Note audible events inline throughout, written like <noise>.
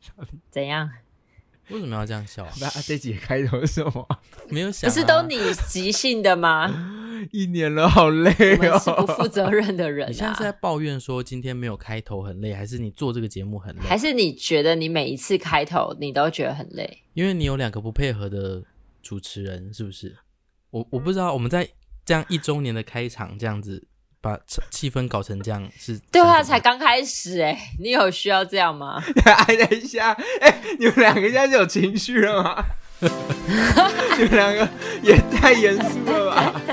笑脸。怎样？ <laughs> 为什么要这样笑啊？那这集开头是什么？ <laughs> 没有想、不啊，是都你即兴的 <laughs> 吗？一年了，好累我们是不哦。负责任的人你现在是在啊！抱怨说今天没有开头很累，还是你做这个节目很累？还是你觉得你每一次开头你都觉得很累？因为你有两个不配合的主持人，是不是？我我不知道，我们在这样一周年的开场这样子把气气氛搞成这样是？对啊，是怎么才刚开始哎、你有需要这样吗？ <laughs> 哎，等一下，哎、你们两个现在是有情绪了吗？ <laughs> 你们两个也太严肃了吧！ <laughs>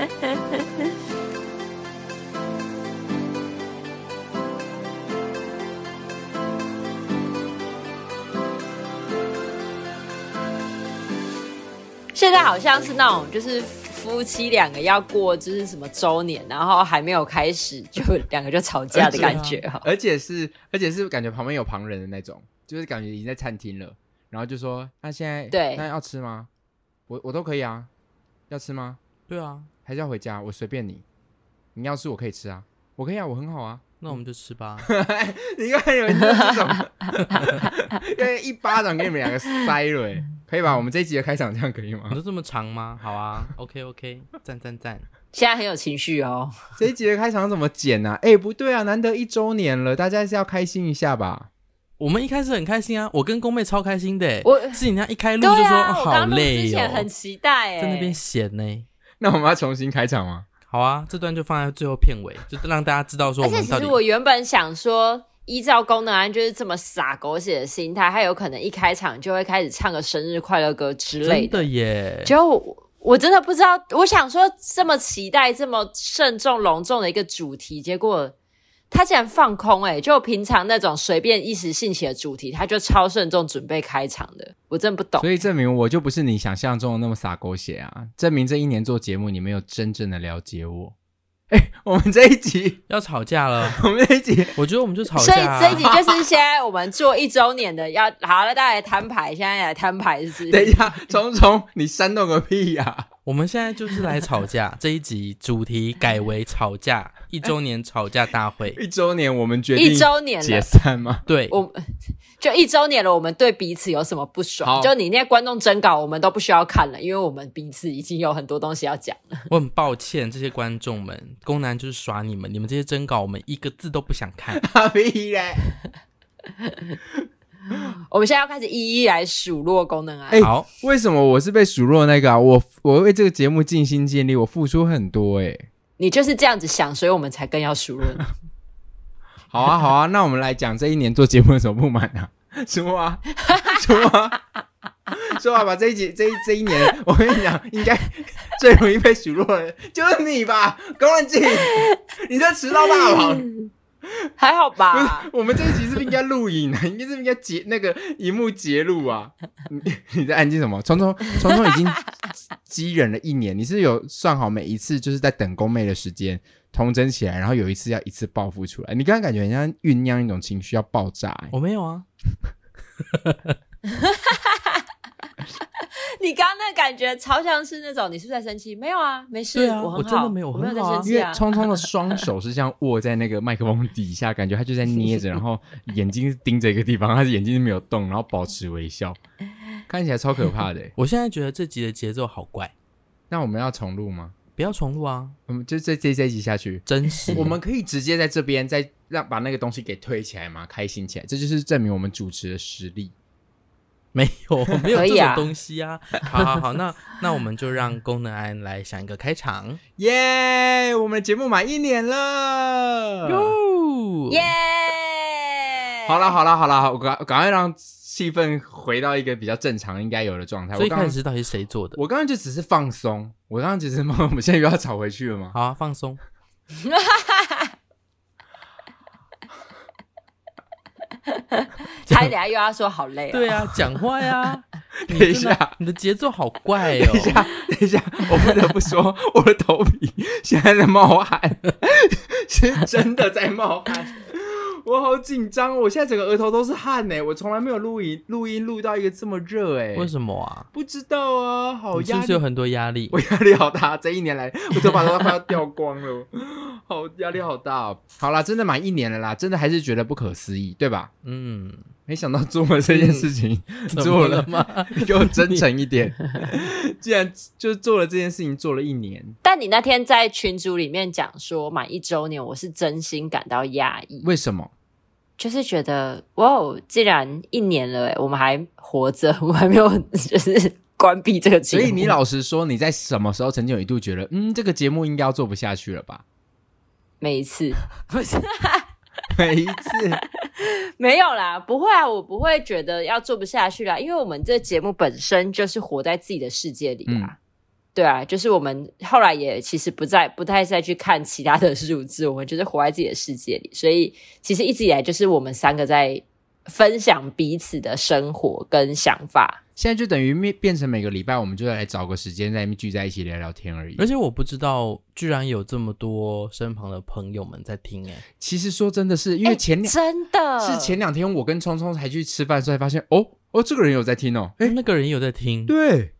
现在好像是那种就是夫妻两个要过就是什么周年，然后还没有开始就两个就吵架的感觉哦啊哈、而且是，而且是感觉旁边有旁人的那种，就是感觉已经在餐厅了，然后就说：“那现在对那要吃吗？我我都可以啊，要吃吗？对啊，还是要回家？我随便你，你要吃我可以吃啊，我可以啊，我很好啊。”那我们就吃吧。 <laughs> 你看你们这种，要一巴掌给你们两个塞了、欸，可以吧？我们这一集的开场这样可以你 <laughs> 吗？都这么长吗？ <laughs> 好啊，OK OK，赞赞赞。现在很有情绪哦。这一集的开场怎么剪啊？哎、不对啊，难得一周年了，大家还是要开心一下吧。 <laughs> 我们一开始很开心啊，我跟宫妹超开心的欸。我是你那一开录对就说、啊，哦我好刚录之累前很哦，期待哎、在那边闲呢。那我们要重新开场吗？好啊，这段就放在最后片尾， <laughs> 就让大家知道说而我且们其到实底我原本想说，依照功能案就是这么傻狗血的心态，他有可能一开场就会开始唱个生日快乐歌之类真的。的耶。结果我我真的不知道，我想说这么期待、这么慎重隆重的一个主题，结果他竟然放空、欸。哎，就平常那种随便一时兴起的主题，他就超慎重准备开场的，我真不懂。所以证明我就不是你想象中的那么洒狗血啊！证明这一年做节目，你没有真正的了解我。 <laughs> 哎、我们这一集，要吵架了， <laughs> 我们这一集，我觉得我们就吵所以架、啊。这一集就是现在我们做一周年的，要好了，大家来摊牌，现在来摊牌是不是？等一下，虫虫，你煽动个屁呀、我们现在就是来吵 <laughs> 架，这一集主题改为吵架一周年吵架大会。一周年，我们决定一周年了解，散吗？ <laughs> 对， <laughs> 我就一周年了，我们对彼此有什么不好爽？就你那观众征稿，我们都不需要看了，因为我们彼此已经有很多东西要讲了。我很抱歉这些观众们，宫南就是耍你们，你们这些征稿我们一个字都不想 <laughs> 看。哈屁嘞！我们现在要开始一一来数落功能啊。哎好，为什么我是被数落的那个啊？我我为这个节目尽心尽力，我付出很多哎、你就是这样子想，所以我们才更要数落你。好啊，好啊，那 <laughs> 我们来讲这一年做节目有什么不满啊？ <laughs> 什么啊？什么啊？ <laughs> 说啊，把这一集这一这一年，我跟你讲，应该 <laughs> 最容易被数落的就是你吧，高文静，你这迟到大王。还好不 <laughs> 是吧？我们这一集是不是应该录影啊？ <laughs> 应该是不是应该截那个荧幕截录啊？ <laughs> 你你在安静什么？虫虫虫虫已经积忍了一年，你是有算好每一次就是在等宫妹的时间童真起来，然后有一次要一次报复出来。你刚刚感觉人家酝酿一种情绪要爆炸、欸我没有啊，你刚刚那感觉超像是那种，你是不是在生气？没有啊，没事，对啊很我真好，的没有我没有很在好啊生因气为啊。聪聪的双手是这样握在那个麦克风底下，感觉他就在捏着，然后眼睛是盯着一个地方，他的眼睛是没有动，然后保持微笑，看起来超可怕的、欸我现在觉得这集的节奏好怪，那我们要重录吗？不要重录啊，我们就这这这一集下去，真实。 <laughs> 我们可以直接在这边再让把那个东西给推起来嘛，开心起来，这就是证明我们主持的实力。 <laughs> 没 <laughs> 有没有可这以种啊东西啊。好好好，那那我们就让功能安来想一个开场。耶、我们的节目满一年 <laughs> 了。哟耶！好了，好了好了，我赶赶快让气氛回到一个比较正常应该有的状态。所我以一刚开刚始到底是谁做的？我刚刚就只是放松，我刚刚只是 <laughs> 我们现在又要吵回去了吗？好啊，放松。他等下又要说好累、啊。对 <laughs> 啊，讲话呀。等你一下真的，你的节奏好怪哦。 <laughs> 等一下，我不得不说， <laughs> 我的头皮现在在冒汗， <laughs> 是真的在冒汗。 <laughs> 我好紧张哦，我现在整个额头都是汗欸呢。我从来没有录音，录音录到一个这么热哎，为什么啊？不知道啊，好你是压不力，是有很多压力？ <laughs> 我压力好大。这一年来， <laughs> 我头发都快要掉光了， <laughs> 好压力好大、哦。好啦，真的满一年了啦，真的还是觉得不可思议，对吧？嗯，没想到做了这件事情，嗯 <laughs> 做了吗？ <laughs> 你给我真诚一点。既然就做了这件事情，做了一年，但你那天在群组里面讲说满一周年，我是真心感到压抑，为什么？就是觉得哇哦，既然一年了、欸，我们还活着， <laughs> 我们还没有就是关闭这个节所目。以你老实说，你在什么时候曾经有一度觉得，嗯，这个节目应该要做不下去了吧？ <laughs> 每一次不是每一次，没有啦，不会啊，我不会觉得要做不下去啦，因为我们这节目本身就是活在自己的世界里啊。嗯对啊，就是我们后来也其实不再不太再去看其他的数字，我们就是活在自己的世界里，所以其实一直以来就是我们三个在分享彼此的生活跟想法。现在就等于变变成每个礼拜，我们就来找个时间在那边聚在一起聊聊天而已。而且我不知道，居然有这么多身旁的朋友们在听哎、其实说真的是，因为前两、哎真的是前两天我跟聪聪才去吃饭的时候，才发现哦哦，这个人有在听哦。哎、那个人也有在听，对，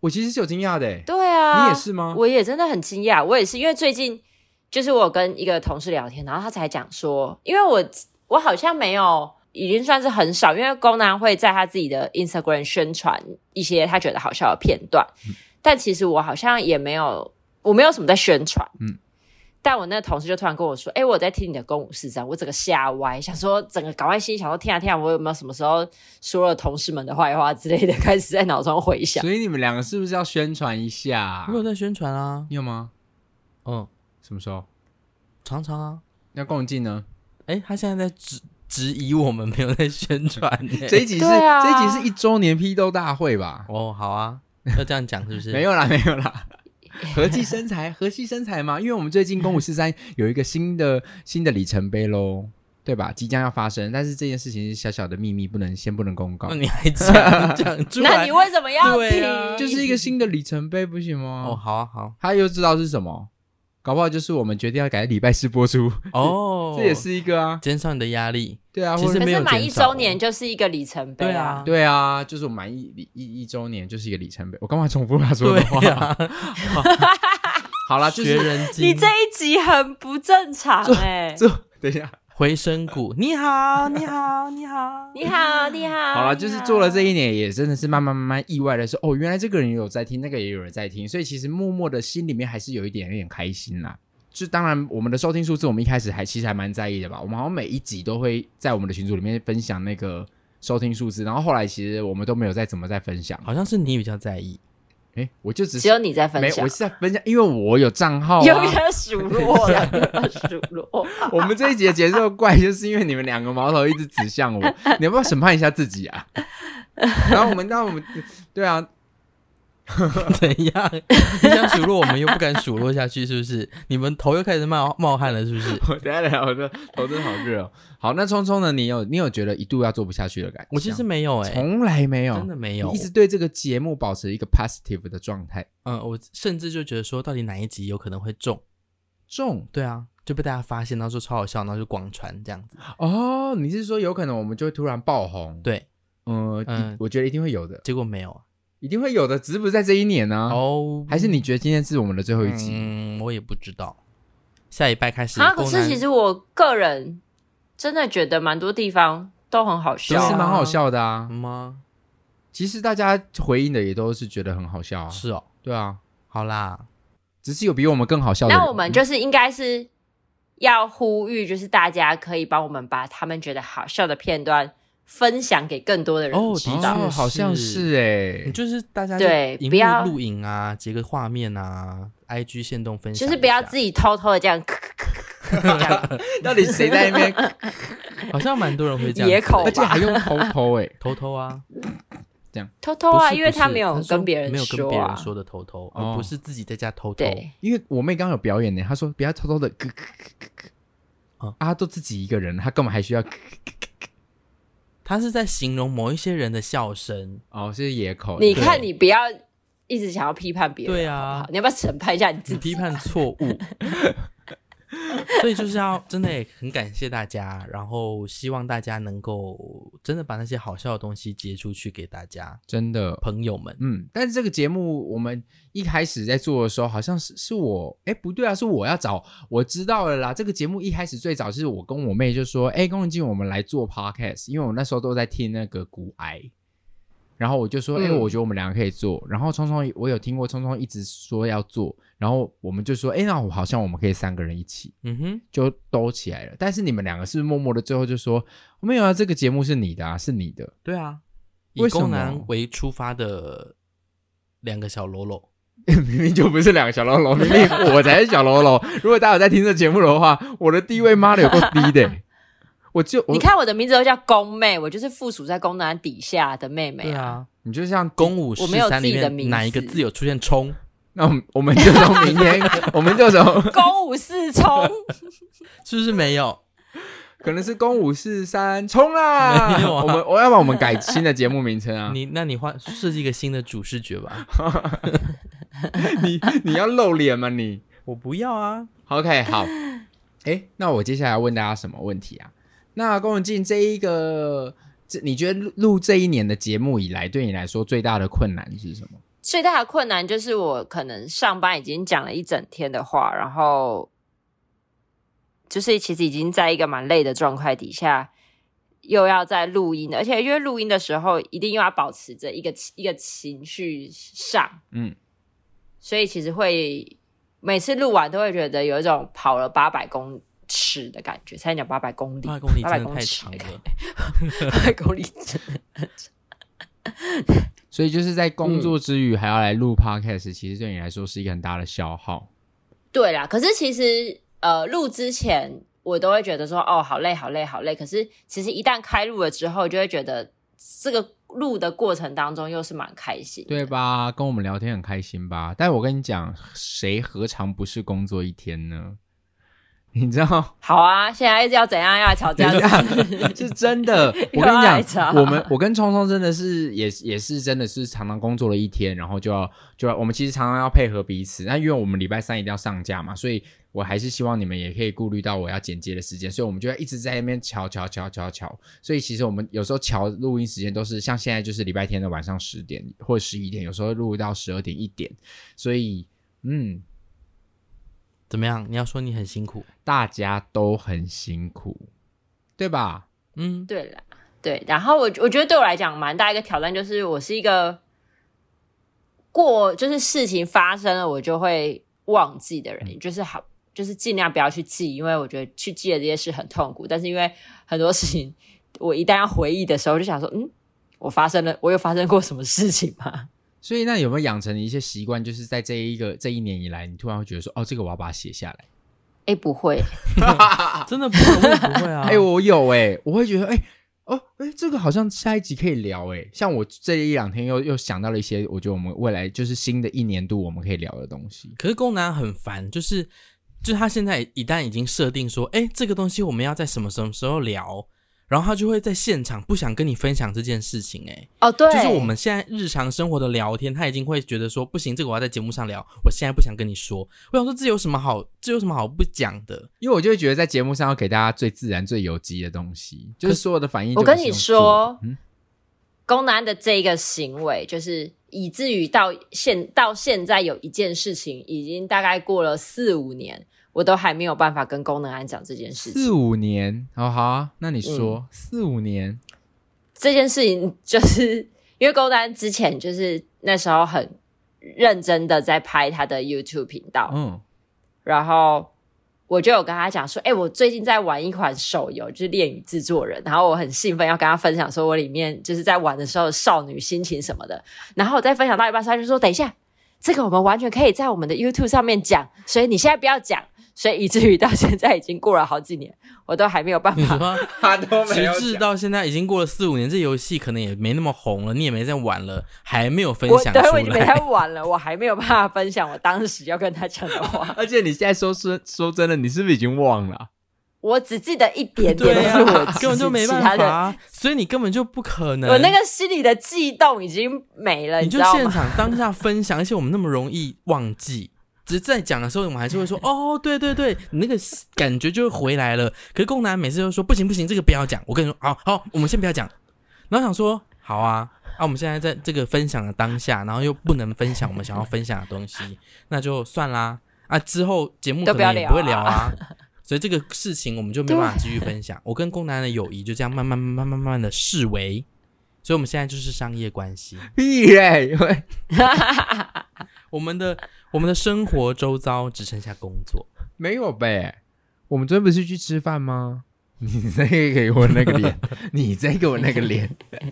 我其实是有惊讶的诶。对啊，你也是吗我也真的很惊讶，我也是，因为最近就是我有跟一个同事聊天，然后他才讲说，因为我我好像没有，已经算是很少，因为公南会在他自己的 Instagram 宣传一些他觉得好笑的片段，嗯但其实我好像也没有，我没有什么在宣传，嗯嗯。但我那个同事就突然跟我说：“哎、我在听你的《公五四三》，我整个吓歪，想说整个赶快心里想说，天啊天啊，我有没有什么时候说了同事们的坏话之类的， <laughs> 开始在脑中回想。”所以你们两个是不是要宣传一下我？有在宣传啊，你有吗？嗯，什么时候？常常啊，要共进呢？哎、他现在在质质疑我们没有在宣传、欸，这一集是、对啊这一集是一周年批斗大会吧？哦，好啊，要这样讲是不是？没有啦，没有 <laughs> 啦。合计身材，合计身材嘛，因为我们最近公五四三有一个新的新的里程碑喽，对吧？即将要发生，但是这件事情是小小的秘密，不能先不能公告那。哦你还讲讲 <laughs> 出那来你？为什么要对提？啊就是一个新的里程碑，不行哦，吗？好啊，好他又知道是什么，搞不好就是我们决定要改礼拜四播出，哦，这也是一个啊，减少你的压力。对啊，其实或者可没有是满减一少周年就是一个里程碑对啊啊！对啊，就是我们满一一一周年就是一个里程碑。我干嘛重复他说的话？呀， <laughs> 好啦，就学是人你精，这一集很不正常哎、这等一下，回声鼓，你好，你好，你好，你好，你好。好了，你就是好做了这一年，也真的是慢慢慢慢意外的是，哦，原来这个人也有在听，那个也有人在听，所以其实默默的心里面还是有一点有点开心啦。就当然，我们的收听数字，我们一开始还其实还蛮在意的吧。我们好像每一集都会在我们的群组里面分享那个收听数字，然后后来其实我们都没有再怎么再分享。好像是你比较在 <laughs> 意，哎，我就只只是有你在分没，享我，是在分享，因为我有账号、啊，有点数落了，有 <laughs> 点数落。我们这一节节奏怪，就是因为你们两个矛头一直指向我，你要不要审判一下自己啊？然后我们，那我们，对啊，怎样？你想数落我们又不敢数落下去，是不是？你们头又开始冒冒汗了，是不是？我等一下等一下，我的头真的好热哦。好，那聪聪呢？你有你有觉得一度要做不下去的感觉？我其实没有哎、从来没有，真的没有你一直对这个节目保持一个 positive 的状态。嗯，我甚至就觉得说，到底哪一集有可能会中？中对啊，就被大家发现，然后说超好笑，然后就广传这样子。哦，你是说有可能我们就会突然爆红？，对，嗯、嗯一我觉得一定会有的，结果没有啊。一定会有的，只是不是在这一年呢、哦，啊还是你觉得今天是我们的最后一集？嗯，我也不知道。下一拜开始，啊，可公是男其实我个人真的觉得蛮多地方都很好其笑实都啊，蛮好笑的啊，吗？其实大家回应的也都是觉得很好笑啊，是哦，对啊，好啦，只是有比我们更好笑的人。那我们就是应该是要呼吁，就是大家可以帮我们把他们觉得好笑的片段分享给更多的人哦知的道。哦，确好像是是哎、你就是大家对就荧不要幕录影啊，截个画面啊，IG 线动分享一就下，是不要自己偷偷的这样 <laughs> 咳咳咳咳咳这样到底谁在那边？好像蛮多人会这样子，野口 <laughs> 而且还用偷偷哎、偷偷啊，偷偷啊，不是因为他不是没有说跟别人没有跟说别人啊，说的偷偷，哦而不是自己在家偷偷。对，因为我妹刚刚有表演呢、她说不要偷偷的咯咯咯咯咯哦啊，她都自己一个人，她根本还需要咯他是在形容某一些人的笑声。哦，是野口。你对看，你不要一直想要批判别人，对好不啊嗯 <laughs> 好，你要不要审判一下你自你批己？判错误，所以就是要真的也很感谢大家，然后希望大家能够真的把那些好笑的东西接出去给大家真的。朋友们。嗯，但是这个节目我们一开始在做的时候，好像是是我，哎，不对啊，是我要找，我知道了啦。这个节目一开始最早是我跟我妹就说，哎，宫崎骏，我们来做 podcast，因为我那时候都在听那个古癌，然后我就说，哎、嗯我觉得我们两个可以做。然后聪聪，我有听过聪聪一直说要做，然后我们就说，哎，那我好像我们可以三个人一起，嗯哼，就兜起来了。但是你们两个是不是默默的最后就说，没有啊，这个节目是你的啊，是你的。对啊，以为什么功能为出发的两个小喽啰， <laughs> 明明就不是两个小喽啰，<laughs> 明明我才是小喽啰。如果大家有在听这节目的话，我的地位妈的有够低的、我就我你看我的名字都叫宫妹，我就是附属在宫男底下的妹妹对。啊，你就像公公，五十我没有三自里己的名面哪一个字字有出现冲？那我们我们就从明 <laughs> 天，我们就从宫武四冲，是不是没有？可能是公五四三冲啦，没有啊我们我要不然我们改新的节目名称 <laughs> 啊？你那你换设计一个新的主视觉吧。你你要露脸吗你？我不要啊， OK，好。哎，那我接下来问大家什么问题啊？那宫永进这一个，这你觉得录录这一年的节目以来，对你来说最大的困难是什么？ <laughs> 最大的困难就是我可能上班已经讲了一整天的话，然后就是其实已经在一个蛮累的状态底下，又要在录音，而且因为录音的时候一定又要保持着一个一个情绪上，嗯，所以其实会每次录完都会觉得有一种跑了八百公尺的感觉，才讲八百公里，八公里800真的公太尺哎长的感了。觉，八百公里真的所以就是在工作之余还要来录 podcast，、其实对你来说是一个很大的消耗。对啦，可是其实呃，录之前我都会觉得说，哦，好累，好累，好累。可是其实一旦开录了之后，就会觉得这个录的过程当中又是蛮开心的。对吧？跟我们聊天很开心吧？但我跟你讲，谁何尝不是工作一天呢？你知道，好啊，现在要怎样要来吵架？啊 <laughs> 是真的。我 <laughs> 又跟要来你吵讲，我们我跟聪聪真的是也也是真的是常常工作了一天，然后就要就要我们其实常常要配合彼此。那因为我们礼拜三一定要上架嘛，所以我还是希望你们也可以顾虑到我要剪接的时间，所以我们就要一直在那边瞧瞧瞧瞧瞧。所以其实我们有时候瞧录音时间都是像现在就是礼拜天的晚上十点或十一点，有时候录到十二点一点。所以嗯，怎么样？你要说你很辛苦，大家都很辛苦，对吧？嗯，对啦，对。然后我我觉得对我来讲，蛮大一个挑战就是，我是一个过就是事情发生了我就会忘记的嗯人，就是好，就是尽量不要去记，因为我觉得去记的这些事很痛苦。但是因为很多事情，我一旦要回忆的时候，就想说，嗯，我发生了，我有发生过什么事情吗？所以那有没有养成一些习惯，就是在这一个这一年以来，你突然会觉得说，哦，这个我要把它写下来。哎，不会，真的不会，我也不会 <laughs> 啊。哎、我有哎、我会觉得哎、哦哎、这个好像下一集可以聊哎、像我这一两天又又想到了一些，我觉得我们未来就是新的一年度我们可以聊的东西。可是宫南很烦，就是就是他现在一旦已经设定说，哎，这个东西我们要在什么什么时候聊，然后他就会在现场不想跟你分享这件事情、哎，哦，对，就是我们现在日常生活的聊天，他已经会觉得说不行，这个我要在节目上聊，我现在不想跟你说。我想说这有什么好，这有什么好不讲的？因为我就会觉得在节目上要给大家最自然、最有机的东西，就是所有的反应。我跟你，说嗯，宫男的这一个行为，就是以至于到现到现在有一件事情，已经大概过了四五年，我都还没有办法跟宫能安讲这件事情。四五年，哦好啊，那你说、四五年，这件事情就是 <laughs> 因为宫丹之前就是那时候很认真的在拍他的 YouTube 频道，嗯，然后我就有跟他讲说，哎、我最近在玩一款手游，就是《恋与制作人》，然后我很兴奋要跟他分享，说我里面就是在玩的时候少女心情什么的。然后我在分享到一半，他就说，等一下，这个我们完全可以在我们的 YouTube 上面讲，所以你现在不要讲。所以以至于到现在已经过了好几年，我都 <laughs> 还没有办你法。 <laughs> 说 <laughs> 他都直至到现在已经过了四五年，这游戏可能也没那么红了，你也没在玩了，还没有分我享对我已出经没在来。玩了，我还没有办法分享我当时要跟他讲的话，而且你现在说说说真的，你是不是已经忘了啊、我只记得一点点，对但是我啊，根本就没其他办法的 <laughs> 啊、所以你根本就不可能。我那个心里的悸动已经没了，你知就道现吗？场当下分享，而且我们那么容易忘记，只是在讲的时候，我们还 <laughs> 是会说哦，对对对，你那个感觉就回来了。可是共男每次都说不行不行，这个不要讲。我跟你说，好好，我们先不要讲。然后想说，好啊，啊，我们现在在这个分享的当下，然后又不能分享我们想要分享的东西，那就算啦。啊，之后节目可都不要能也不会聊聊啊啊，所以这个事情我们就没有办法继续分享。我跟共男的友谊就这样慢慢慢慢慢慢的视为，所以我们现在就是商业关系。 <laughs> 屁嘞！喂我们的我们的生活周遭只剩下工作。没有呗？我们昨天不是去吃饭吗？ <laughs> 你再给我那个脸，你再给我那个脸。 <laughs>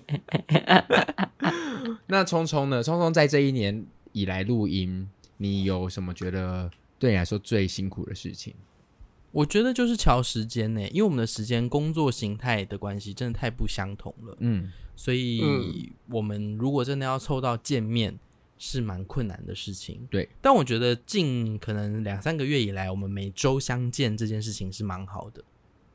那聪聪呢？聪聪在这一年以来录音，你有什么觉得对你来说最辛苦的事情？我觉得就是调时间呢、因为我们的时间工作形态的关系，真的太不相同了，嗯，所以我们如果真的要凑到见面，是蛮困难的事情。对，但我觉得近可能两三个月以来，我们每周相见这件事情是蛮好的。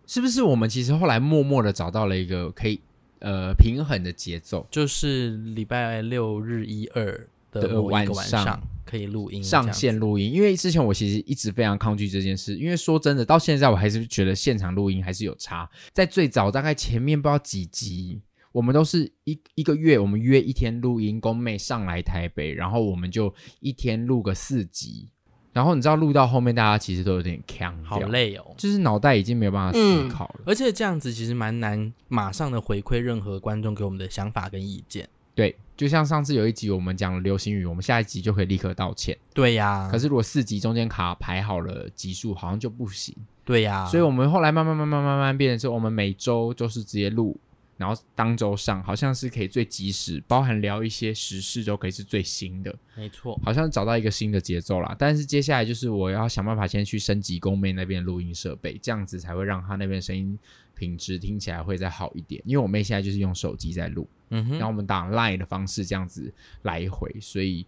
是不是我们其实后来默默的找到了一个可以呃平衡的节奏？就是礼拜六日一二的的某一个晚晚上上可以录音这样子，上线录音，因为之前我其实一直非常抗拒这件事，因为说真的，到现在我还是觉得现场录音还是有差。在最早大概前面不知道几集，我们都是一一个月，我们约一天录音，公妹上来台北，然后我们就一天录个四集，然后你知道录到后面大家其实都有点呛好掉，累哦。就是脑袋已经没有办法思考了。而且这样子其实蛮难马上的回馈任何观众给我们的想法跟意见。对，就像上次有一集我们讲了流行语，我们下一集就可以立刻道歉。对呀、可是如果四集中间卡排好了集数，好像就不行。对呀、所以我们后来慢慢慢慢慢慢变成说，我们每周就是直接录，然后当周上，好像是可以最及时，包含聊一些时事都可以是最新的，没错，好像找到一个新的节奏啦。但是接下来就是我要想办法先去升级公妹那边的录音设备，这样子才会让她那边声音品质听起来会再好一点。因为我妹现在就是用手机在录，嗯然哼，后我们打 Line 的方式这样子来回，所以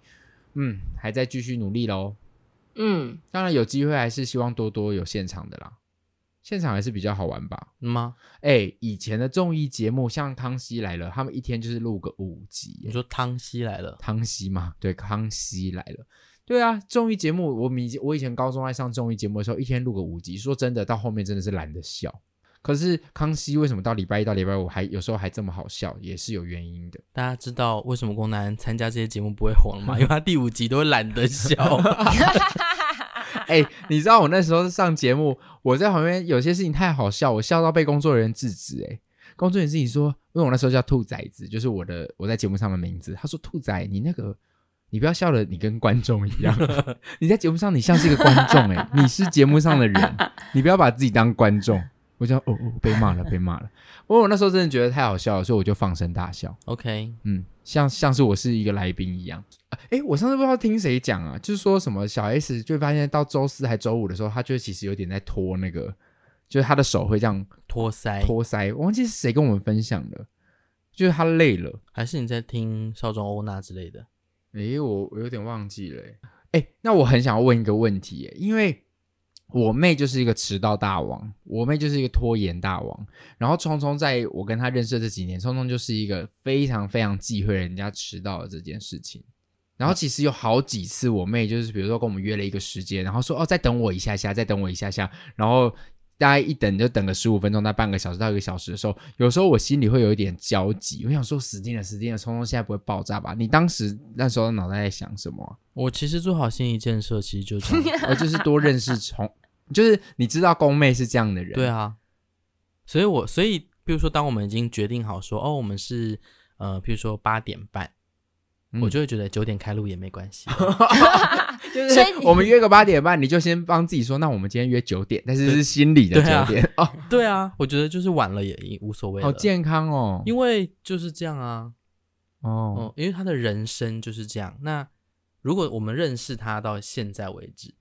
嗯，还在继续努力喽。嗯，当然有机会还是希望多多有现场的啦，现场还是比较好玩吧。吗？哎、以前的综艺节目像《康熙来了》，他们一天就是录个五集你耶。说汤熙来了，康熙嘛，对，康熙来了。对啊，综艺节目我们以前我以前高中爱上综艺节目的时候，一天录个五集。说真的，到后面真的是懒得笑。可是康熙为什么到礼拜一到礼拜五还有时候还这么好笑，也是有原因的。大家知道为什么宫南参加这些节目不会红了 <laughs> 吗？因为他第五集都会懒得笑。 <laughs> 哎、你知道我那时候上节目，我在旁边有些事情太好笑，我笑到被工作人员制止、哎，工作人员自己说，因为我那时候叫兔崽子，就是我的我在节目上的名字。他说兔仔，你那个你不要笑的，你跟观众一样，你在节目上你像是一个观众、哎，你是节目上的人，你不要把自己当观众。我就哦哦，被骂了，被骂了。我我那时候真的觉得太好笑了，所以我就放声大笑。 OK，嗯，像像是我是一个来宾一样。哎、我上次不知道听谁讲啊，就是说什么小 S 就发现到周四还周五的时候，他就其实有点在拖那个，就是他的手会这样托腮，拖腮。我忘记是谁跟我们分享的，就是他累了。还是你在听少壮欧娜之类的？哎、我我有点忘记了、诶哎、那我很想要问一个问题、诶因为我妹就是一个迟到大王，我妹就是一个拖延大王。然后聪聪在我跟她认识的这几年，聪聪就是一个非常非常忌讳人家迟到的这件事情。然后其实有好几次，我妹就是比如说跟我们约了一个时间，然后说哦再等我一下下，再等我一下下，然后大概一等就等个十五分钟，那半个小时到一个小时的时候，有时候我心里会有一点焦急，我想说死定了，死定了，聪聪现在不会爆炸吧？你当时那时候脑袋在想什么啊、 <laughs> 我其实做好心理建设，其实就这 <laughs> 样。我就是多认识从，就是你知道宫妹是这样的人，对，啊，所以我所以，比如说，当我们已经决定好说，哦，我们是呃，比如说八点半，嗯我就会觉得九点开录也没关系。就所是以你我们 <laughs> 约个八点半，你就先帮自己说，那我们今天约九点，但是是心里的对啊九点、对啊，我觉得就是晚了也也无所谓哦，了。好健康哦，因为就是这样啊，哦，哦，因为他的人生就是这样。那如果我们认识他到现在为止，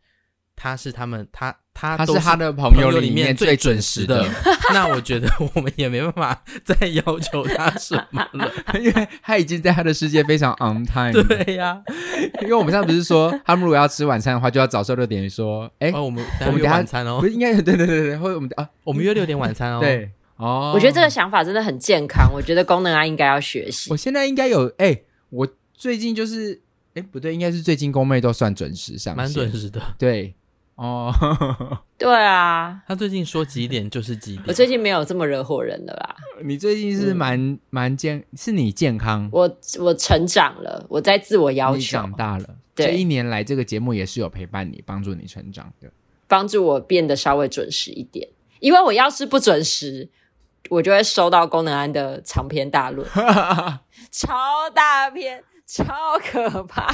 他是他们他他他都是是他的朋朋友友里面最准时的，，那我觉得我们也没办法再要求他什么 <laughs> 了。 <laughs> 因为他已经在他的世界非常 <laughs> on time 了。对呀、 <laughs> 因为我们上次不是说，他们如果要吃晚餐的话，就要早上六点说，哎、哦，我们我们约等下晚餐哦不，是应该有对对对对，或者我们啊，我们约六点晚餐哦。，对哦，我觉得这个想法真的嗯很健康，我觉得功能啊应该要学习我。现在应该有哎、我最近就是哎，不对，应该是最近宫妹都算准时上线，蛮准时的。对哦， <laughs> 对啊，他最近说几点就是几我 <laughs> 点，最近没有这么惹火人了啦，你最近是蛮、蛮健，是你健康，嗯我我成长了，我在自我要你求，长大了。对这一年来，这个节目也是有陪伴你、帮助你成长的。帮助我变得稍微准时一点，因为我要是不准时，我就会收到功能安的长篇大 <laughs> 论，超大篇，超可怕。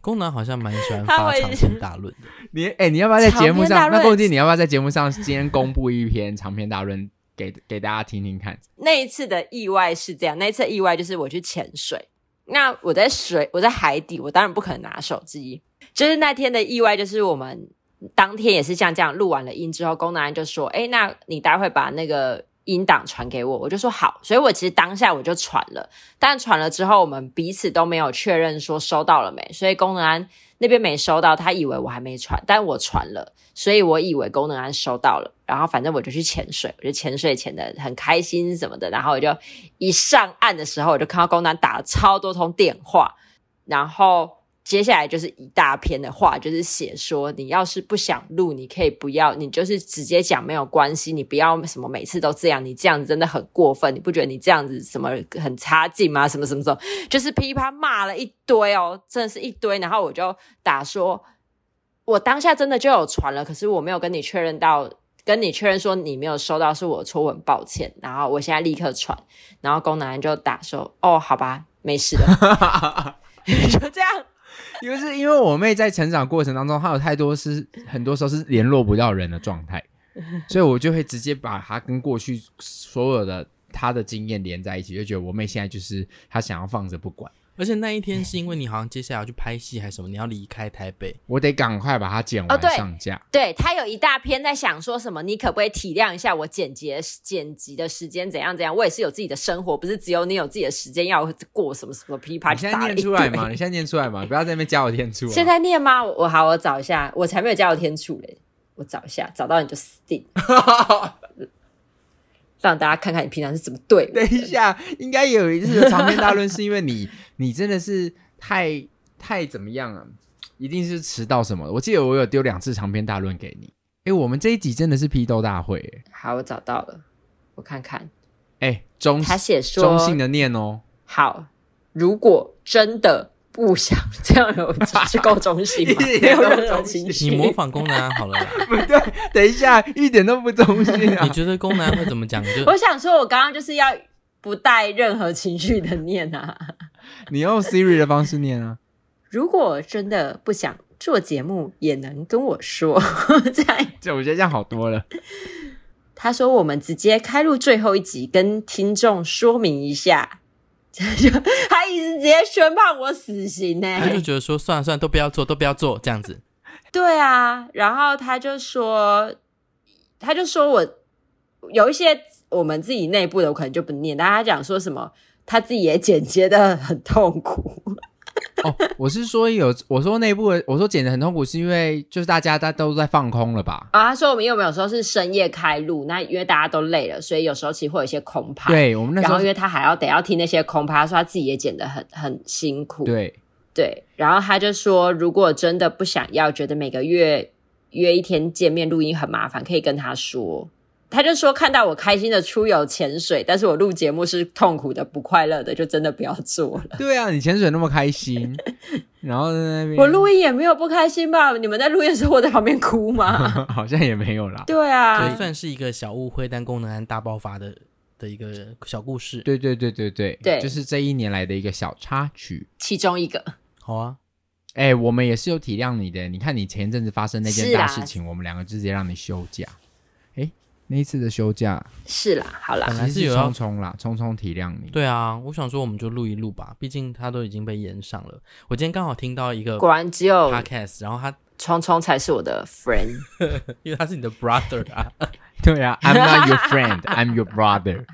宫南好像蛮喜欢他发会长篇大论的。你哎、你要不要在节目长篇大上？论那共进，你要不要在节目上今天公布一篇长篇大论给给大家听听看？那一次的意外是这样，那一次意外就是我去潜水，那我在水，我在海底，我当然不可能拿手机。就是那天的意外，就是我们当天也是像这样录完了音之后，工作人员就说：“哎、那你待会把那个音档传给我。”我就说好，所以我其实当下我就传了，但传了之后，我们彼此都没有确认说收到了没，所以工作人员那边没收到，他以为我还没传，但我传了。所以我以为功能安收到了，然后反正我就去潜水，我就潜水潜的很开心什么的，然后我就一上岸的时候，我就看到功能打了超多通电话，然后接下来就是一大篇的话，就是写说你要是不想录，你可以不要，你就是直接讲没有关系，你不要什么每次都这样，你这样子真的很过分，你不觉得你这样子什么很差劲吗？什么什么什么，就是噼啪骂了一堆哦，真的是一堆，然后我就打说。我当下真的就有传了，可是我没有跟你确认到，跟你确认说你没有收到是我错，我很抱歉。然后我现在立刻传，然后工男就打说：“哦，好吧，没事的。” <laughs> 就这样，因为是因为我妹在成长过程当中，她有太多是很多时候是联络不到人的状 <laughs> 态，所以我就会直接把她跟过去所有的她的经验连在一起，就觉得我妹现在就是她想要放着不管，而且那一天是因为你好像接下来要去拍戏还是什么，你要离开台北， <laughs> 我得赶快把它剪哦完对上架。对他有一大篇在想说什么，你可不可以体谅一下我剪辑的剪辑的时间怎样怎样？我也是有自己的生活，不是只有你有自己的时间要过什么什么噼啪你就现在打了念一出来嘛？堆你现在念出来嘛？不要在那边加我天助、啊。现在念吗？我我好，我找一下，我才没有加入天柱嘞，我找一下，找到你就死 <laughs> 定了，让大家看看你平常是怎么对我的 <laughs> 等一下，应该有一次的长篇大论，是因为 <laughs> 你你真的是太太怎么样啊？一定是迟到什么的。我记得我有丢两次长篇大论给你。哎、我们这一集真的是批斗大会、诶好，我找到了，我看看，哎、中他写说中性的念哦，？好，如果真的不想这样，我只是够中性吗 <laughs> 一没点有都不任何中情绪。你模仿宫南好了啦。 <laughs> 不对，等一下，一点都不中性你啊！觉得宫南会怎么讲？就我想说，我刚刚就是要不带任何情绪的念啊。 <laughs> 你用 Siri 的方式念啊，如果真的不想做节目，也能跟我说， <laughs> 这样这我觉得这样好多了。他说：“我们直接开录最后一集，跟听众说明一下。” <laughs> 就他一直直接宣判我死刑欸呢、他就觉得说算了算了，都不要做，都不要做这样子。对啊，然后他就说，他就说我有一些我们自己内部的，我可能就不念，但他讲说什么，他自己也剪接的很痛苦。哦，我是说有，我说内部的，我说剪的很痛苦，是因为就是大家大家都在放空了吧？ <laughs> 啊，他说我们因为我们有时候是深夜开录，那因为大家都累了，所以有时候其实会有一些空拍。，对，我们那然时后因候为他还要得要听那些空拍，他说他自己也剪得很很辛苦。对。对，然后他就说，如果真的不想要，觉得每个月约一天见面录音很麻烦，可以跟他说。他就说，看到我开心的出游潜水，但是我录节目是痛苦的、不快乐的，就真的不要做 <laughs> 了。对啊，你潜水那么开心，然后在那边我 <laughs> 录音也没有不开心吧？你们在录音的时候，我在旁边哭吗？好像也没有啦。对所以 <laughs> 啊，算是一个小误会，但功能安大爆发的的一个小故事。，对对对对对，对就是这一年来的一个小插曲。其中一个好啊，哎、我们也是有体谅你的。你看，你前一阵子发生那件是大啊事情，我们两个直接让你休假。哎、那一次的休假是啦，好啦本，来其是实有是要聪聪啦，聪聪体谅你。对啊，我想说我们就录一录吧，毕竟他都已经被延上了。我今天刚好听到一个果然只有 podcast，然后他聪聪才是我的 friend。因为他是你的 brother 啊，对啊，I'm not your friend, I'm your brother。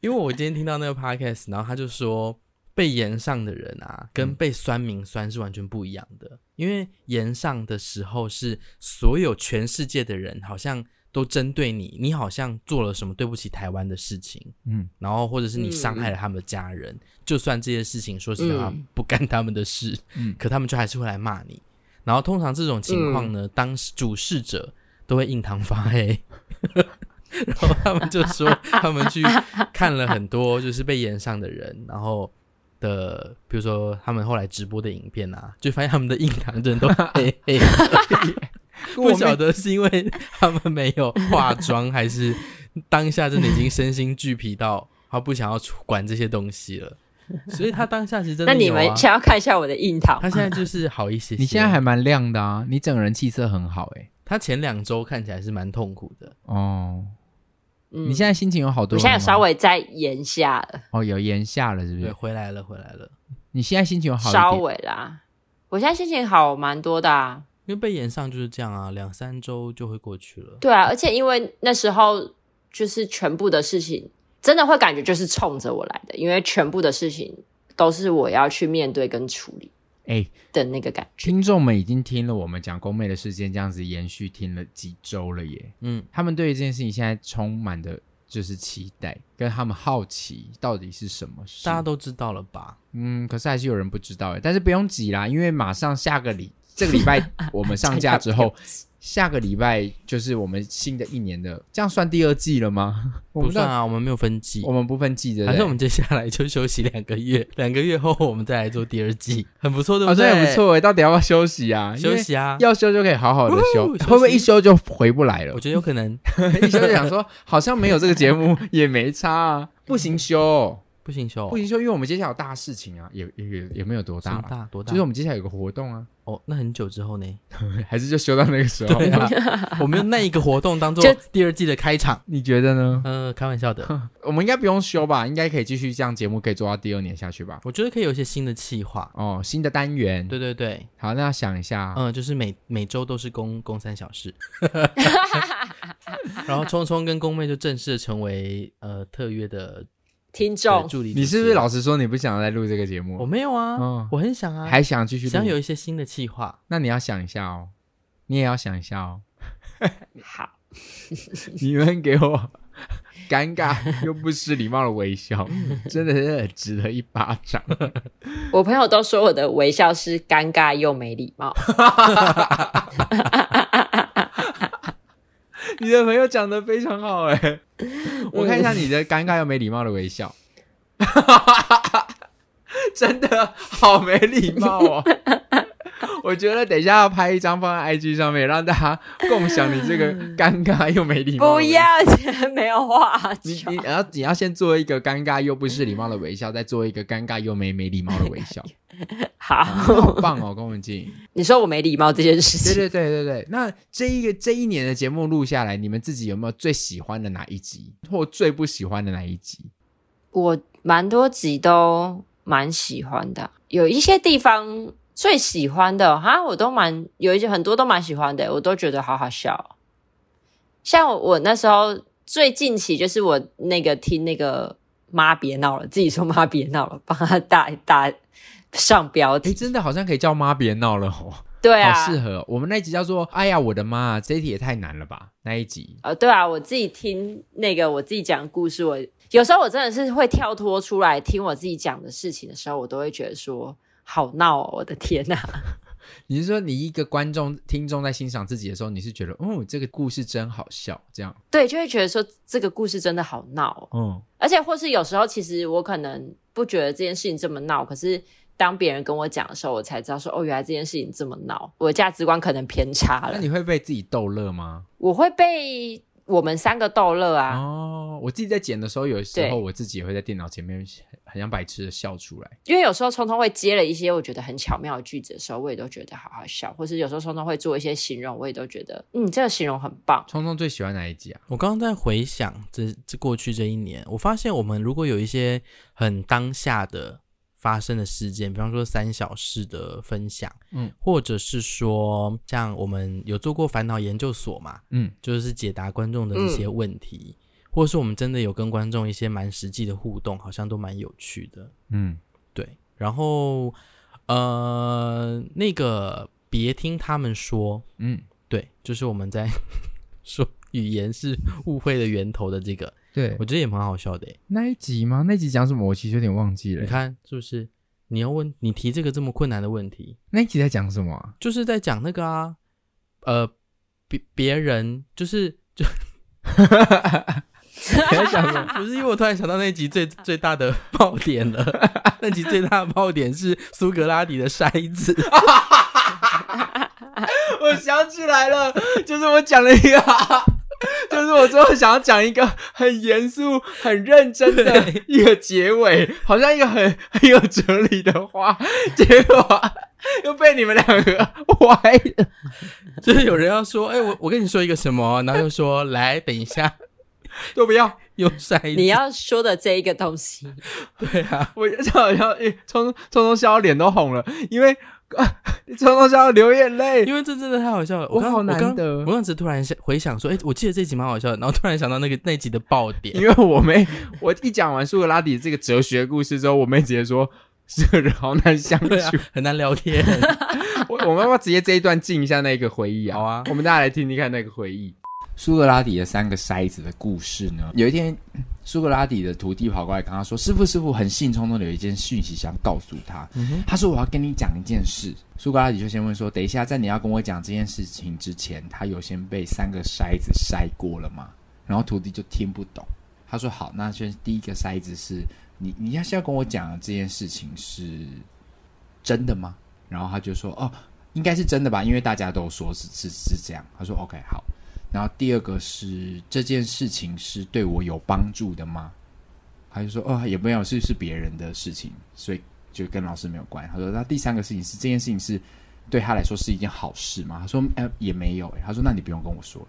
因为我今天听到那个 podcast，然后他就说被延上的人啊，跟被酸民酸是完全不一样的。因为延上的时候是所有全世界的人好像都针对你，你好像做了什么对不起台湾的事情，嗯，然后或者是你伤害了他们的家人，就算这些事情说实话嗯不干他们的事，嗯 <laughs> 可他们就还是会来骂你。然后通常这种情况呢，当时主事者都会印堂发黑。 <laughs> 然后他们就说，他们去看了很多就是被延上的人，然后的，比如说他们后来直播的影片啊，就发现他们的印堂真的都黑黑的 <laughs> 我不晓妹得是因为他们没有化妆，还是当下真的已经身心俱疲到他不想要出管这些东西了，所以他当下嗯其实真的、那有你啊们想要看一下我的印堂他吗？现在就是好一些些你现在还蛮亮的啊，你整个人气色很好哎、他前两周看起来是蛮痛苦的，哦，嗯你现在心情有好我多了吗？现在有稍微在炎下了，哦有炎下了是不对，是？回来了回来了，你现在心情有好一点稍微啦。我现在心情好蛮多的啊，因为被延上就是这样啊，两三周就会过去了。对啊，而且因为那时候就是全部的事情，真的会感觉就是冲着我来的，因为全部的事情都是我要去面对跟处理哎、的那个感觉。听众们已经听了我们讲公妹的事件，这样子延续听了几周了耶。嗯，他们对于这件事情现在充满的就是期待，跟他们好奇到底是什么事。大家都知道了吧？嗯，可是还是有人不知道哎，但是不用急啦，因为马上下个礼这个礼拜我们上架 <laughs> 之后，下个礼拜就是我们新的一年的，这样算第二季了吗？我不们算到啊，我们没有分季我，们不分季的，还是我们接下来就休息两个月， <laughs> 两个月后我们再来做第二 <laughs> 季，很不错，对好不像对？也不，错哎，到底要不要休息啊？因休为息啊。要休就可以好好的休，呜休息会不会一休就回不来了我？觉得有可能 <laughs> 一休就想说，好像没有这个节目也没差 <laughs> 啊，不行休，不行修，不行休，因为我们接下来有大事情啊，也也也也没有多大、什么啊，大多大？就是我们接下来有个活动啊， <laughs> 哦，那很久之后呢？还是就休到那个时候。对啊，我们用那一个活动当做就第二季的开场。 <laughs> 你觉得呢？呃，开玩笑 <laughs> 的，我们应该不用休吧？应该可以继续这样，节目可以做到第二年下去吧？我觉得可以有一些新的企划。哦，新的单元，对对对，好，那想一下，嗯、就是每每周都是公公三小 <laughs> 时， <laughs> 然后聪聪跟公妹就正式地成为呃特约的听呃众，助理。你是不是？老实说你不想再录这个节目？我没有啊，嗯我很想啊，还想继续想有录？一些新的企划。那你要想一下哦，你也要想一下哦。好， <laughs> 你们给我尴尬又不失礼貌的微 <laughs> 笑，真的是很值得一巴掌。我朋友都说我的微笑是尴尬又没礼 <laughs> 貌， <laughs> 你的朋友讲的非常好哎、 <laughs> 我看一下你的尴尬又没礼貌的微笑， <laughs> 真的好没礼貌 <laughs> 哦。我觉得等一下要拍一张放在 IG 上面，让大家共享你这个尴尬又没礼貌。不要， <laughs> 没有话你讲你。要你要先做一个尴尬又不失礼貌的微笑，再做一个尴尬又没没礼貌的微 <laughs> 笑，好好，棒哦，宫文静。你说我没礼貌这件事对情，对对对对，那这一个这一年的节目录下来，你们自己有没有最喜欢的哪一集，或最不喜欢的哪一集？我蛮多集都蛮喜欢的，有一些地方最喜欢的哈，我都蛮有一些很多都蛮喜欢的，我都觉得好好笑哦。像我我那时候最近期就是我那个听那个妈别闹了，自己说妈别闹了，帮他打打上标诶，题，真的好像可以叫妈别闹了哦，对啊，好适合哦。我们那一集叫做“哎呀我的妈啊”，这一题也太难了吧？那一集呃，对啊，我自己听那个我自己讲故事，我有时候我真的是会跳脱出来听我自己讲的事情的时候，我都会觉得说好闹哦，我的天呐、你是说你一个观众听众在欣赏自己的时候，你是觉得哦这个故事真好笑这样？对，就会觉得说这个故事真的好闹哦，嗯，而且或是有时候其实我可能不觉得这件事情这么闹，可是。当别人跟我讲的时候，我才知道说哦，原来这件事情这么闹，我的价值观可能偏差那了。你会被自己逗乐吗？我会被我们三个逗乐啊，哦，我自己在剪的时候，有时对候我自己也会在电脑前面很像白痴的笑出来。因为有时候聪聪会接了一些我觉得很巧妙的句子的时候，我也都觉得好好笑，或是有时候聪聪会做一些形容，我也都觉得嗯，这个形容很棒。聪聪最喜欢哪一集啊？我刚刚在回想这这过去这一年，我发现我们如果有一些很当下的发生的事件，比方说三小事的分享，嗯嗯，或者是说像我们有做过烦恼研究所嘛，嗯，就是解答观众的一些问题，或者是我们真的有跟观众一些蛮实际的互动，好像都蛮有趣的。嗯，对，然后呃，那个别听他们说，嗯，对，就是我们在 <laughs> 说语言是误会的源头的这个，对我，觉得也蛮好笑的欸。那一集吗？那一集讲什么？我其实有点忘记了你欸。看是不是？你要问你提这个这么困难的问题，那一集在讲什么啊？就是在讲那个啊，呃，别别人就是就 <laughs> 你在讲什么？不是因为我突然想到那集最最大的爆点 <laughs> 了，那集最大的爆点是苏格拉底的筛子， <laughs> 我想起来了，就是我讲了一个， <laughs> 就是我最后想要讲一个很严肃、很认真 <laughs> 的一个结尾，好像一个很 <laughs> 很有哲理的话， <laughs> 结果又被你们两个歪了。就是有人要说，哎、我我跟你说一个什么，然后就说来等一下都不要，用筛子，你要说的这一个东 <laughs> 西，对啊，我就好像哎冲冲冲笑到脸都红了，因为 <laughs> 啊冲冲笑到流眼泪。因为这真的太好笑了，我刚好我刚难得我刚只突然想回想说，哎、我记得这集蛮好笑的，然后突然想到那个那集的爆点因，为我妹，我一讲完苏格拉底这个哲学故事之后，我妹直接说：“ <laughs> 这个人好难相 <laughs> 对啊处。，很难聊 <laughs> 天，我我们要不要直接这一段进一下那个回忆啊？好啊我们大家来听听看那个回忆。苏格拉底的三个筛子的故事呢？有一天，苏格拉底的徒弟跑过来跟他说：“师傅，师傅，很兴冲冲的有一件讯息想告诉他。嗯他说：“我要跟你讲一件事。”苏格拉底就先问说：“等一下，在你要跟我讲这件事情之前，他有先被三个筛子筛过了吗？”然后徒弟就听不懂。他说：“好，那先第一个筛子是你，你要是要跟我讲的这件事情是真的吗？”然后他就说：“哦，应该是真的吧，因为大家都说是是是这样。”他说：“OK，好。”然后第二个是这件事情是对我有帮助的吗？他就说哦，也没有，是是别人的事情，所以就跟老师没有关。他说那第三个事情是这件事情是对他来说是一件好事吗？他说呃也没有、欸他说那你不用跟我说 <laughs> 了。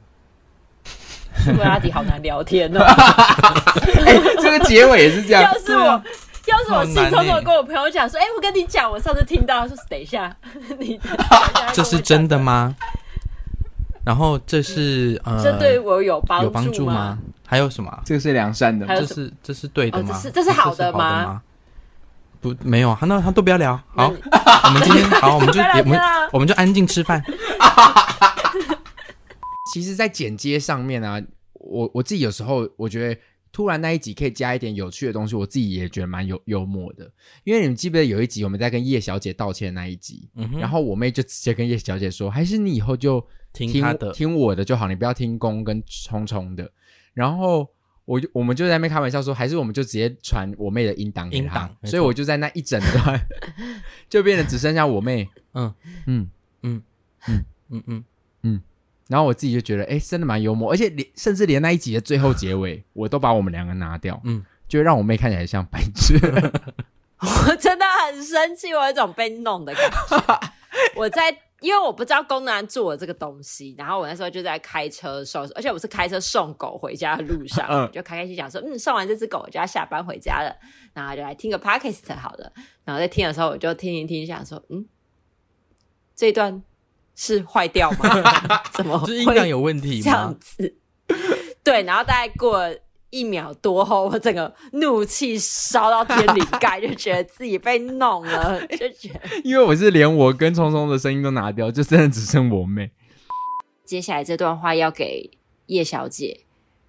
苏格拉底好难聊天哦。哎、这个结尾也是这样要。是我，要是我兴啊好冲难欸冲跟我朋友讲说，哎、我跟你讲，我上次听到，他说等一下， <laughs> 你 <laughs> 这是真的吗？吗？然后这是呃，这对我有帮有帮助吗？？还有什么啊？这个是良善的还有这什是这是对的哦吗？这是这是好的吗不，没有，他啊那他都不要聊。好，你我们今 <laughs> 天好，我们就嗯不要聊我们天啊我们就安静吃饭。其实，在剪接上面啊，我我自己有时候我觉得，突然那一集可以加一点有趣的东西，我自己也觉得蛮有幽默的。因为你们记不记得有一集我们在跟叶小姐道歉那一集，嗯哼然后我妹就直接跟叶小姐说，还是你以后就听听她 <laughs> 的听我的就好，你不要听公跟冲冲的。然后我就我们就在那边开玩笑说，还是我们就直接传我妹的音档给音她档。没错所以我就在那一整段 <laughs> 就变得只剩下我妹，嗯嗯。嗯嗯，然后我自己就觉得，哎，真的蛮幽默，而且连甚至连那一集的最后结 <laughs> 尾，我都把我们两个拿掉，嗯嗯，就让我妹看起来像白 <laughs> 痴。我真的很生气，我有一种被弄的感觉。我在，因为我不知道公男做了这个东西，然后我那时候就在开车送，而且我是开车送狗回家的路上，嗯我就开开心想说，嗯，送完这只狗我就要下班回家了，然后就来听个 podcast 好了。然后在听的时候，我就听一听，想说，嗯，这一段是坏掉吗？怎么这会音量有问题这吗样？子。 <laughs> 对，然后大概过了一秒多后，我整个怒气烧到天灵盖，就觉得自己被弄了， <laughs> 就觉得。因为我是连我跟聪聪的声音都拿掉，就真的只剩我妹。接下来这段话要给叶小姐，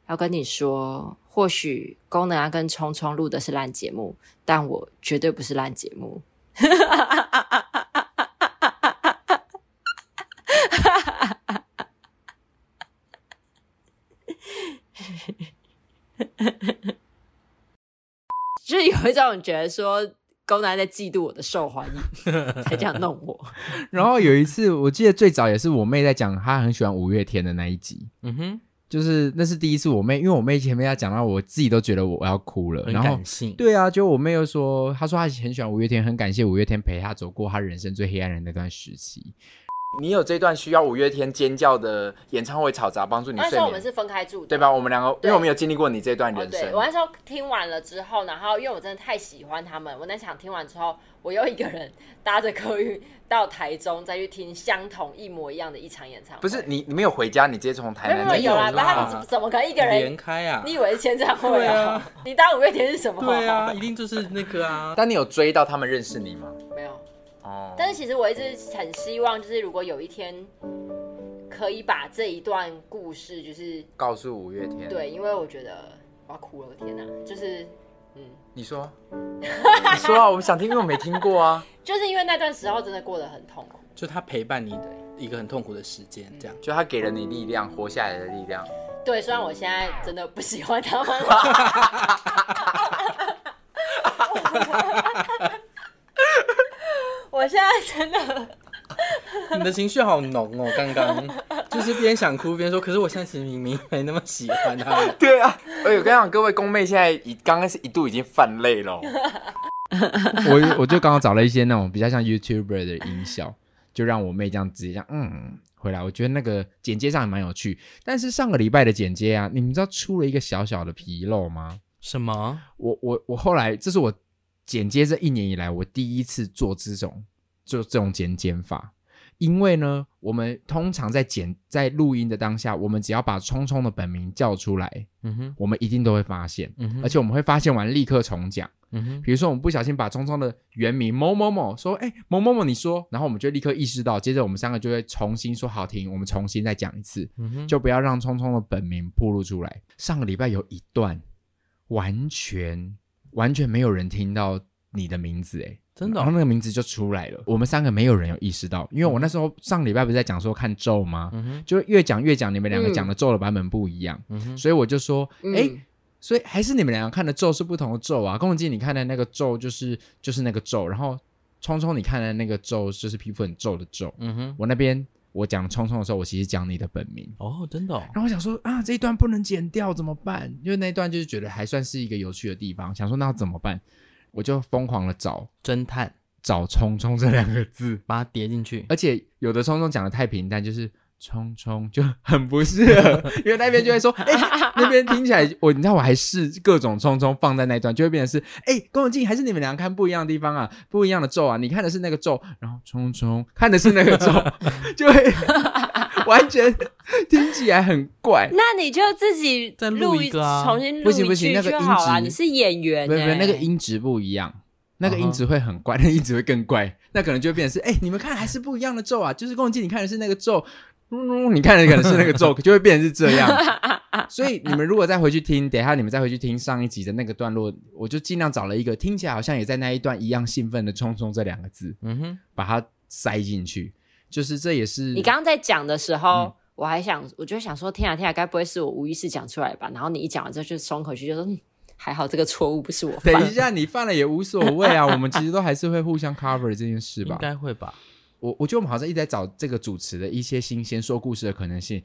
要跟你说，或许功能啊跟聪聪录的是烂节目，但我绝对不是烂节目。就是有一种觉得说，公男在嫉妒我的受欢迎，才这样弄我。 <laughs> 然后有一次，我记得最早也是我妹在讲她很喜欢五月天的那一集，嗯哼，就是那是第一次我妹，因为我妹前面要讲到我自己都觉得我要哭了，很然后感性。对啊，就我妹又说，她说她很喜欢五月天，很感谢五月天陪她走过她人生最黑暗的那段时期。你有这段需要五月天尖叫的演唱会吵杂帮助你那时候我们是分开住的，对吧？我们两个，因对为我们有经历过你这段哦，人对生，我那时候听完了之后，然后因为我真的太喜欢他们，我那场听完之后，我又一个人搭着客运到台中，再去听相同一模一样的一场演唱会。不是你，你没有回家，你直接从台没有南没有有啊啦，没有啦但他们怎怎么可能一个人？开啊你以为是签唱会对啊啊？你当五月天是什么？对啊，，一定就是那个 <laughs> 啊。但你有追到他们认识你吗？没有。哦，但是其实我一直很希望，就是如果有一天可以把这一段故事，就是告诉五月天，，对，因为我觉得我要哭了，天哪！就是嗯你说， <laughs> 你说啊，我想听，因为我没听过啊。就是因为那段时候真的过得很痛苦。就他陪伴你的一个很痛苦的时间，这样。就他给了你力量，活下来的力量。对，虽然我现在真的不喜欢他 <laughs> 们，我现在真的你的情绪好浓哦，刚刚就是边想哭边说，可是我现在其实明明没那么喜欢他们。对啊，哎，我跟你讲，各位宫妹现在已刚开始一度已经泛泪了哦。 <laughs> 我我就刚好找了一些那种比较像 YouTuber 的音效，就让我妹这样直接这样嗯回来。我觉得那个剪接上也蛮有趣，但是上个礼拜的剪接啊，你们知道出了一个小小的纰漏吗？什么？我我我后来，这是我剪接这一年以来我第一次做这种做这种剪剪法，因为呢，我们通常在剪在录音的当下，我们只要把聪聪的本名叫出来，嗯哼，我们一定都会发现，嗯哼而，且我们会发现完立刻重讲。嗯哼，比如说我们不小心把聪聪的原名某某某说，哎、某某某你说，然后我们就立刻意识到，接着我们三个就会重新说好听，我们重新再讲一次，嗯哼，就不要让聪聪的本名暴露出来。上个礼拜有一段完全完全没有人听到你的名字，哎。真的然哦、后那个名字就出来了，我们三个没有人有意识到，因为我那时候上礼拜不是在讲说看咒吗？嗯哼，就越讲越讲，你们两个嗯讲的咒的版本不一样，嗯哼，所以我就说，哎、嗯所以还是你们两个看的咒是不同的咒啊。宫崎骏你看的那个咒就是就是那个咒，然后聪聪你看的那个咒就是皮肤很皱的皱。嗯哼，我那边我讲聪聪的时候，我其实讲你的本名。哦，真的、哦然，后我想说啊，这一段不能剪掉怎么办？因为那一段就是觉得还算是一个有趣的地方，想说那要怎么办？我就疯狂的找侦探找“聪聪”这两个字，把它叠进去，而且有的聪聪讲的太平淡，就是聪聪就很不适合，因为那边就会说，哎、那边听起来我，你知道我还试各种聪聪放在那一段，就会变成是，哎、宫永进还是你们俩看不一样的地方啊，不一样的咒啊，你看的是那个咒，然后聪聪看的是那个咒，就会完全听起来很怪。那你就自己再录录一个啊重新不录行不一行句那个就好啦。音质你是演员、没欸，有没有，那个音质不一样，那个嗯音哼质会很怪， <laughs> 那个音质会更怪，那可能就会变成是，哎、你们看还是不一样的咒啊，就是共济你看的是那个咒，嗯，你看的可能是那个咒，就会变成是这 <laughs> 样。所以你们如果再回去听，等一下你们再回去听上一集的那个段落，我就尽量找了一个听起来好像也在那一段一样兴奋的“冲冲”这两个字，嗯哼，把它塞进去。就是这也是你刚刚在讲的时候，嗯我还想，我就想说，天啊天啊，该不会是我无意识讲出来吧？然后你一讲完之后就松口气，就说、嗯、还好这个错误不是我犯。等一下你犯了也无所谓啊，我们其实都还是会互相 cover 这件事吧应。该会吧？我我觉得我们好像一直在找这个主持的一些新鲜说故事的可能性。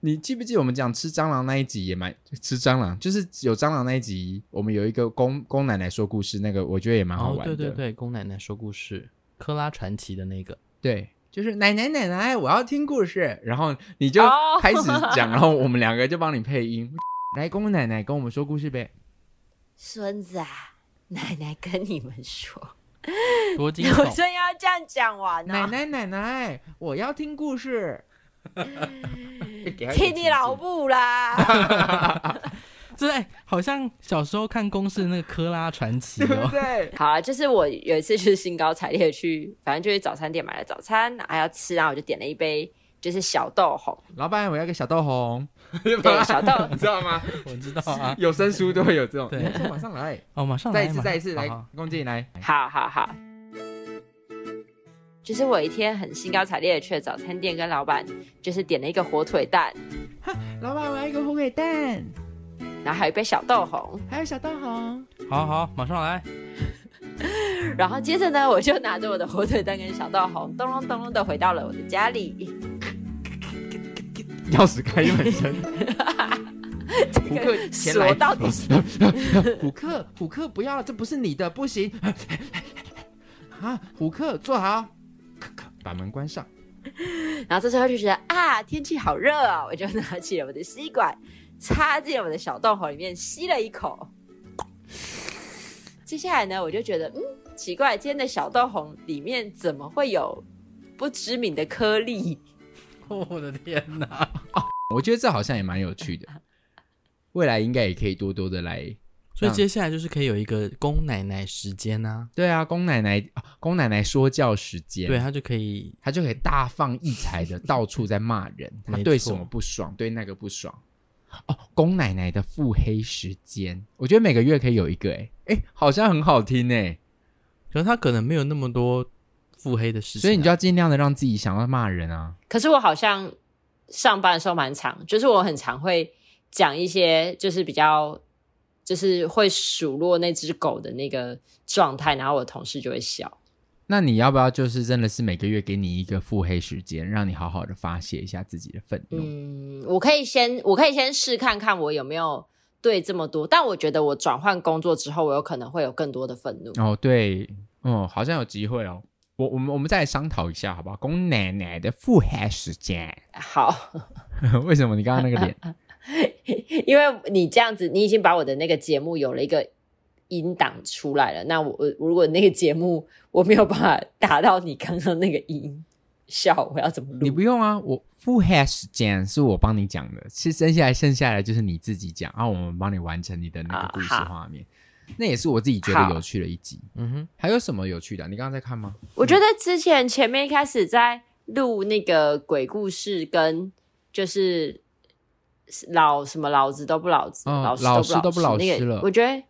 你记不记得我们讲吃蟑螂那一集也蛮吃蟑螂，就是有蟑螂那一集，我们有一个公公奶奶说故事，那个我觉得也蛮好哦，玩的。对对对，宫奶奶说故事，科拉传奇的那个， <laughs> 对就是奶奶奶奶，我要听故事，然后你就哦开始讲，然后我们两个就帮你配音。来，公公奶奶跟我们说故事呗。孙子啊，奶奶跟你们说，多惊我悚！真要这样讲完呢、奶奶奶奶，我要听故事。哎听你老母啦！对，哎好像小时候看公式那个科拉传奇 <laughs> 对不哦，对？好啊，就是我有一次就是兴高采烈地去，反正就去早餐店买了早餐，然后要吃，然后我就点了一杯就是小豆红，老板，我要个小豆红，对，小豆 <laughs> 你知道吗？我知道啊。有声书都会有这种。对你说马上来，哦，马上再来一次， <laughs> 马再一次，来好好，龚进来。好好好，就是我有一天很兴高采烈的去了早餐店，跟老板就是点了一个火腿蛋，老板，我要一个火腿蛋，然后还有一杯小豆红，还有小豆红。好好，马上来。然后接着呢，我就拿着我的火腿蛋跟小豆红，咚隆咚隆的回到了我的家里。钥匙开门声。胡克前来，到底是虎克，虎克，不要，这不是你的，不行。啊，虎克，坐好。咔咔，把门关上。然后这时候就觉得啊，天气好热啊，我就拿起了我的吸管，插进了我的小洞口里面吸了一口。接下来呢，我就觉得嗯，奇怪，今天的小豆红里面怎么会有不知名的颗粒？哦我的天哪！我觉得这好像也蛮有趣的，未来应该也可以多多的来所以接下来就是可以有一个公奶奶时间啊，对啊，公奶奶啊公奶奶说教时间，对，她啊就可以他就可以大放异彩的到处在骂人，<laughs> 他没对错什么不爽，对那个不爽。哦，龚奶奶的腹黑时间，我觉得每个月可以有一个、欸，哎、好像很好听哎、可能他可能没有那么多腹黑的事情啊、所以你就要尽量的让自己想要骂人啊。可是我好像上班的时候蛮常，就是我很常会讲一些，就是比较，就是会数落那只狗的那个状态，然后我同事就会笑。那你要不要就是真的是每个月给你一个腹黑时间，让你好好的发泄一下自己的愤怒？嗯，我可以先，我可以先试看看我有没有对这么多，但我觉得我转换工作之后，我有可能会有更多的愤怒。哦，对，哦，好像有机会哦。我我们我们再来商讨一下，好不好？龚奶奶的腹黑时间， <laughs> <laughs> 好，为什么你刚刚那个脸？因为你这样子，你已经把我的那个节目有了一个音档出来了。那我我如果那个节目我没有办法达到你刚刚那个音效，我要怎么你录？不用啊，我 full hash 讲是我帮你讲的，是剩下来剩下来就是你自己讲，然、后我们帮你完成你的那个啊故事好画面。那也是我自己觉得好有趣的一集。嗯哼，还有什么有趣的啊、你刚刚在看吗？我觉得之前前面一开始在录那个鬼故事跟就是老什么老子都不老子，哦老师老不师都不老那师个了我觉得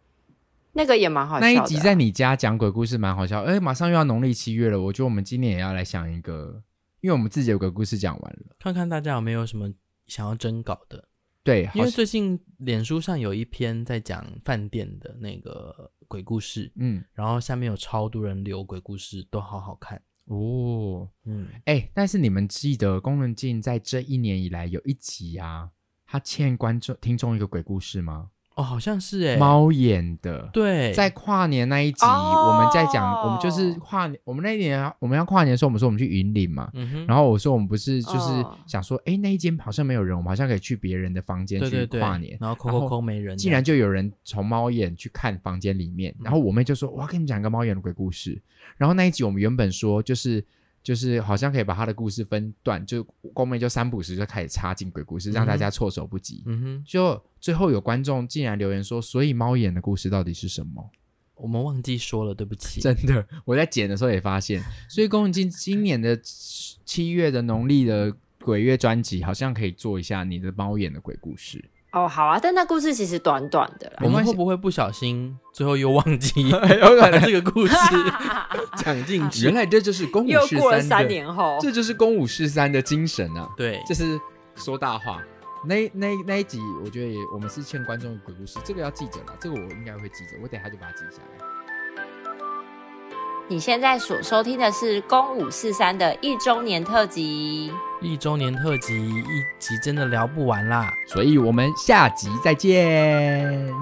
那个也蛮好笑的那啊、一集在你家讲鬼故事蛮好笑。哎，马上又要农历七月了，我觉得我们今年也要来想一个，因为我们自己有个故事讲完了。看看大家有没有什么想要征稿的，对，好因为最近脸书上有一篇在讲饭店的那个鬼故事，嗯然后下面有超多人留鬼故事，都好好看。哦嗯，哎，但是你们记得宫仁静在这一年以来有一集啊，他欠观众听众一个鬼故事吗？哦，好像是哎、猫眼的，对，在跨年那一集，哦我们在讲，我们就是跨年，我们那一年啊我们要跨年的时候，我们说我们去云林嘛，嗯哼，然后我说我们不是就是哦想说，哎、那一间好像没有人，我们好像可以去别人的房间对去对对，跨年。然后抠然抠后抠没人，竟然就有人从猫眼去看房间里嗯面，然后我妹就说：“我要跟你们讲一个猫眼的鬼故事。”然后那一集我们原本说就是就是好像可以把他的故事分段，就光妹就三不五时就开始插进鬼故事，让大家措手不及。嗯哼，就最后有观众竟然留言说：“所以猫眼的故事到底是什么？”我们忘记说了，对不起。真的，我在剪的时候也发现，所以宫崎骏今年的七月的农历的鬼月专辑，好像可以做一下你的猫眼的鬼故事。哦，好啊，但那故事其实短短的啦。我没们关系会不会不小心最后又忘 <laughs> 记 <laughs> 有可把这个 <laughs> 故事讲进去，原来这就是宫武又士过了三三的，年后，这就是宫武士三的精神啊！对，这是说大话。那那那一集，我觉得也我们是欠观众的鬼故事，这个要记着了，这个我应该会记着，我等一下就把它记下来。你现在所收听的是《公五四三》的一周年特辑。一周年特辑一集真的聊不完啦。所以我们下集再见。